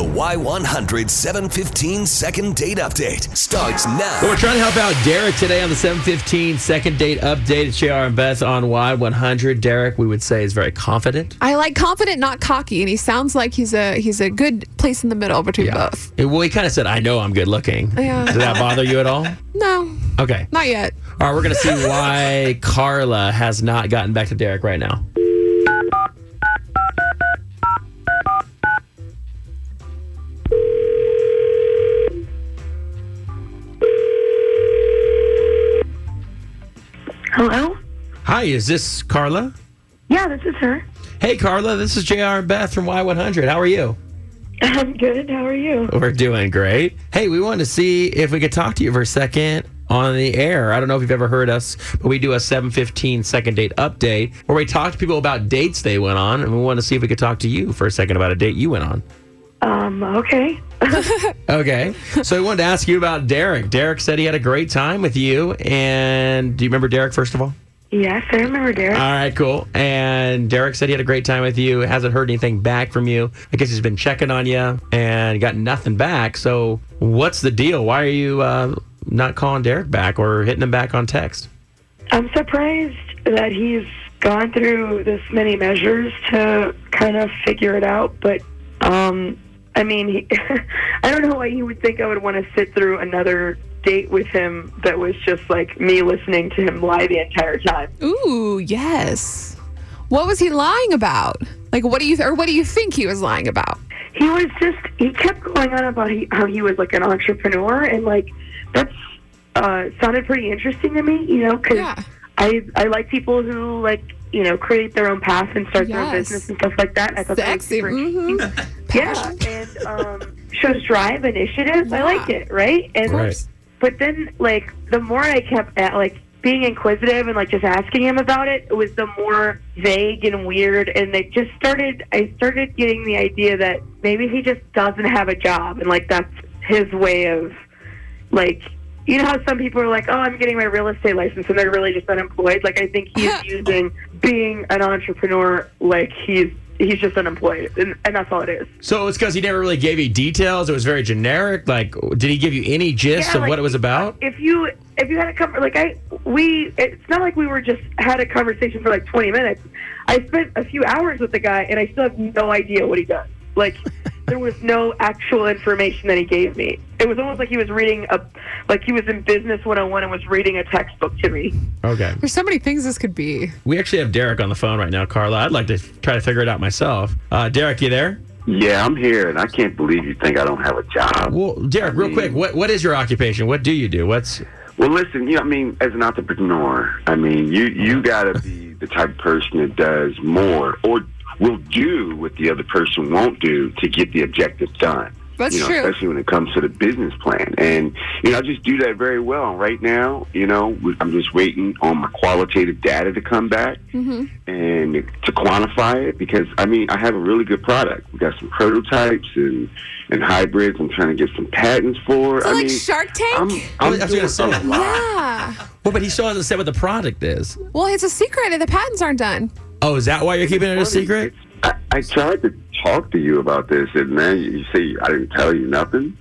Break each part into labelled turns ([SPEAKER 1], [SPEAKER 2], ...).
[SPEAKER 1] Y100 715 second date update starts
[SPEAKER 2] Well,
[SPEAKER 1] now.
[SPEAKER 2] we're trying to help out Derek today on the 715 second date update at JR and Beth on Y100. Derek, we would say, is very confident.
[SPEAKER 3] I like confident, not cocky, and he sounds like he's a he's a good place in the middle between both.
[SPEAKER 2] Well, he kind of said, I know I'm good looking.
[SPEAKER 3] Yeah.
[SPEAKER 2] Did that bother you at all?
[SPEAKER 3] No,
[SPEAKER 2] Okay.
[SPEAKER 3] not yet.
[SPEAKER 2] All right, we're going to see why Carla has not gotten back to Derek right now.
[SPEAKER 4] Hello?
[SPEAKER 2] Hi, is this Carla?
[SPEAKER 4] Yeah, this is her.
[SPEAKER 2] Hey, Carla, this is JR and Beth from Y100. How are you?
[SPEAKER 4] I'm good. How are you?
[SPEAKER 2] We're doing great. Hey, we wanted to see if we could talk to you for a second on the air. I don't know if you've ever heard us, but we do a 715 second date update where we talk to people about dates they went on, and we want to see if we could talk to you for a second about a date you went on.
[SPEAKER 4] Um, okay.
[SPEAKER 2] Okay. so we wanted to ask you about Derek. Derek said he had a great time with you. And do you remember Derek, first of all?
[SPEAKER 4] Yes, I remember Derek.
[SPEAKER 2] All right, cool. And Derek said he had a great time with you. Hasn't heard anything back from you. I guess he's been checking on you and got nothing back. So what's the deal? Why are you uh, not calling Derek back or hitting him back on text?
[SPEAKER 4] I'm surprised that he's gone through this many measures to kind of figure it out, but um I mean, he, I don't know why he would think I would want to sit through another date with him that was just like me listening to him lie the entire time.
[SPEAKER 3] Ooh, yes. What was he lying about? Like, what do you or what do you think he was lying about?
[SPEAKER 4] he was just he kept going on about he, how he was like an entrepreneur and like that's uh sounded pretty interesting to me you know because
[SPEAKER 3] Yeah.
[SPEAKER 4] i i like people who like you know create their own path and start their own
[SPEAKER 3] Yes.
[SPEAKER 4] business and stuff like that i thought that was
[SPEAKER 3] Sexy.
[SPEAKER 4] super
[SPEAKER 3] hmm
[SPEAKER 4] yeah and um shows drive initiative i liked
[SPEAKER 3] Yeah.
[SPEAKER 4] it right and
[SPEAKER 2] Right.
[SPEAKER 4] but then like the more i kept at like being inquisitive and like just asking him about it, it was the more vague and weird and they just started i started getting the idea that maybe he just doesn't have a job and like that's his way of like you know how some people are like oh i'm getting my real estate license and they're really just unemployed like i think he's using being an entrepreneur like he's he's just unemployed and, and that's all it is
[SPEAKER 2] So it's because he never really gave you details. It was very generic. Like, did he give you any gist
[SPEAKER 4] Yeah,
[SPEAKER 2] of what
[SPEAKER 4] like-
[SPEAKER 2] it was about?
[SPEAKER 4] if you if you had a cover like I we it's not like we were just had a conversation for like twenty minutes. I spent a few hours with the guy and I still have no idea what he does. Like there was no actual information that he gave me. It was almost like he was reading a like he was in business one oh one and was reading a textbook to me.
[SPEAKER 2] Okay.
[SPEAKER 3] There's so many things this could be.
[SPEAKER 2] We actually have Derek on the phone right now, Carla. I'd like to try to figure it out myself. Uh, Derek, you there?
[SPEAKER 5] Yeah, I'm here, and I can't believe you think I don't have a job.
[SPEAKER 2] Well, Derek, real quick, what, what is your occupation? What do you do? What's
[SPEAKER 5] Well, listen, you know, I mean, as an entrepreneur, I mean, you you gotta be the type of person that does more or will do what the other person won't do to get the objective done.
[SPEAKER 3] That's
[SPEAKER 5] you know,
[SPEAKER 3] true.
[SPEAKER 5] especially when it comes to the business plan. And you know, I just do that very well right now. You know, I'm just waiting on my qualitative data to come back
[SPEAKER 3] Mm-hmm.
[SPEAKER 5] and to quantify it because I mean, I have a really good product. We got some prototypes and and hybrids. I'm trying to get some patents for.
[SPEAKER 3] So
[SPEAKER 5] I
[SPEAKER 3] like
[SPEAKER 5] mean,
[SPEAKER 3] Shark
[SPEAKER 5] I'm,
[SPEAKER 3] Tank.
[SPEAKER 5] I'm
[SPEAKER 2] was gonna
[SPEAKER 5] doing
[SPEAKER 2] say
[SPEAKER 5] a
[SPEAKER 2] that.
[SPEAKER 5] lot.
[SPEAKER 3] yeah.
[SPEAKER 2] Well, but he still hasn't said what the product is.
[SPEAKER 3] Well, it's a secret. The patents aren't done.
[SPEAKER 2] Oh, is that why you're keeping it a secret?
[SPEAKER 5] I, I tried to talk to you about this, and man, you, you say I didn't tell you nothing.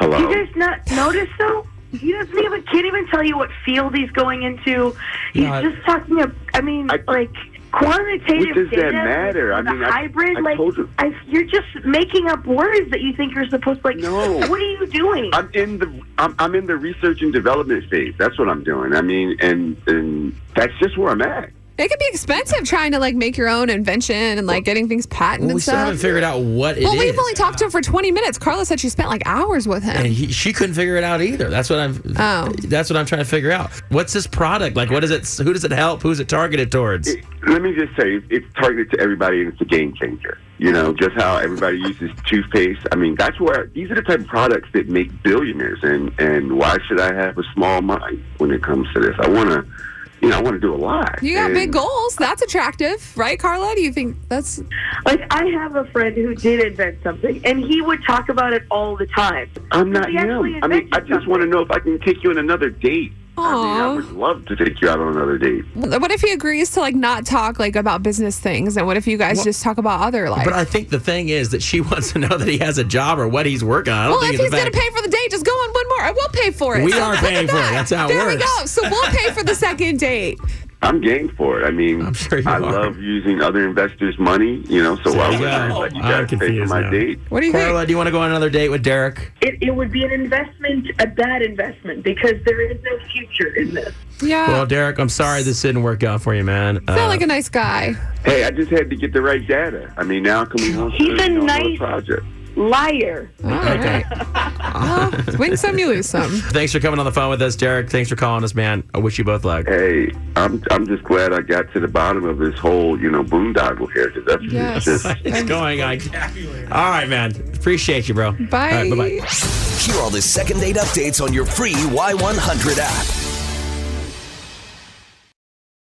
[SPEAKER 5] Hello.
[SPEAKER 4] You guys not notice though? He doesn't even can't even tell you what field he's going into. He's
[SPEAKER 2] No, I-
[SPEAKER 4] just talking. ab- I mean,
[SPEAKER 5] I-
[SPEAKER 4] like quantitative
[SPEAKER 5] What does that
[SPEAKER 4] data.
[SPEAKER 5] matter? I
[SPEAKER 4] the
[SPEAKER 5] mean, I-
[SPEAKER 4] hybrid.
[SPEAKER 5] I
[SPEAKER 4] like,
[SPEAKER 5] told you.
[SPEAKER 4] I, you're just making up words that you think you're supposed. Like,
[SPEAKER 5] No.
[SPEAKER 4] what are you doing?
[SPEAKER 5] I'm in the I'm, I'm in the research and development phase. That's what I'm doing. I mean, and and that's just where I'm at.
[SPEAKER 3] It could be expensive trying to like make your own invention and like getting things patented
[SPEAKER 2] Well, we
[SPEAKER 3] and
[SPEAKER 2] still haven't
[SPEAKER 3] stuff.
[SPEAKER 2] figured out what it is.
[SPEAKER 3] Well, we've only talked to him for 20 minutes. Carla said she spent like hours with him.
[SPEAKER 2] and he, she couldn't figure it out either. That's what I'm.
[SPEAKER 3] Oh.
[SPEAKER 2] That's what I'm trying to figure out. What's this product like? What is it? Who does it help? Who's it targeted towards?
[SPEAKER 5] Let me just say, it- it's targeted to everybody, and it's a game changer. You know, just how everybody uses toothpaste. I mean, that's where these are the type of products that make billionaires. And and why should I have a small mind when it comes to this? I want to, you know, I want to do a lot.
[SPEAKER 3] You got
[SPEAKER 5] And-
[SPEAKER 3] big goals. That's attractive, right, Carla? Do you think that's
[SPEAKER 4] Like, I have a friend who did invent something, and he would talk about it all the time.
[SPEAKER 5] I'm not
[SPEAKER 4] He actually
[SPEAKER 5] him. I mean, I
[SPEAKER 4] invented
[SPEAKER 5] just want to
[SPEAKER 4] something.
[SPEAKER 5] know if I can take you on another date. I mean, I
[SPEAKER 3] Aw.
[SPEAKER 5] would love to take you out on another date.
[SPEAKER 3] What if he agrees to like not talk like about business things, and what if you guys just talk about other life?
[SPEAKER 2] But I think the thing is that she wants to know that he has a job or what he's working on. I don't
[SPEAKER 3] well,
[SPEAKER 2] think
[SPEAKER 3] if
[SPEAKER 2] it's
[SPEAKER 3] he's
[SPEAKER 2] the
[SPEAKER 3] going to
[SPEAKER 2] fact-
[SPEAKER 3] pay for the date, just go on one more. I will pay for it.
[SPEAKER 2] We
[SPEAKER 3] So
[SPEAKER 2] are
[SPEAKER 3] look at
[SPEAKER 2] paying for it.
[SPEAKER 3] that.
[SPEAKER 2] That's how it
[SPEAKER 3] there
[SPEAKER 2] works.
[SPEAKER 3] we go. So we'll pay for the second date.
[SPEAKER 5] I'm game for it. I mean,
[SPEAKER 2] I'm sure you
[SPEAKER 5] I
[SPEAKER 2] are.
[SPEAKER 5] love using other investors' money, you know, so why
[SPEAKER 2] you
[SPEAKER 5] would I
[SPEAKER 2] go.
[SPEAKER 5] let you
[SPEAKER 2] I'm
[SPEAKER 5] guys pay for
[SPEAKER 2] confused
[SPEAKER 5] my
[SPEAKER 2] now.
[SPEAKER 5] date?
[SPEAKER 3] What do you think?
[SPEAKER 2] Carla, do you want to go on another date with Derek?
[SPEAKER 3] Uh,
[SPEAKER 4] It, it would be an investment, a bad investment, because there is no future in this.
[SPEAKER 3] Yeah.
[SPEAKER 2] Well, Derek, I'm sorry this didn't work out for you, man.
[SPEAKER 3] Sound
[SPEAKER 2] Uh,
[SPEAKER 3] like a nice guy.
[SPEAKER 5] Hey, I just had to get the right data. I mean, now can we home
[SPEAKER 4] He's a
[SPEAKER 5] on
[SPEAKER 4] nice-
[SPEAKER 5] project?
[SPEAKER 4] Liar.
[SPEAKER 3] All right.
[SPEAKER 2] okay.
[SPEAKER 3] Well, win some, you lose some.
[SPEAKER 2] Thanks for coming on the phone with us, Derek. Thanks for calling us, man. I wish you both luck.
[SPEAKER 5] Hey, I'm I'm just glad I got to the bottom of this whole, you know, boondoggle here because that's
[SPEAKER 3] Yes.
[SPEAKER 5] it's just
[SPEAKER 2] It's going on. All right, man. Appreciate you, bro.
[SPEAKER 3] Bye.
[SPEAKER 2] All right, bye-bye.
[SPEAKER 1] Hear all the second date updates on your free Y100 app.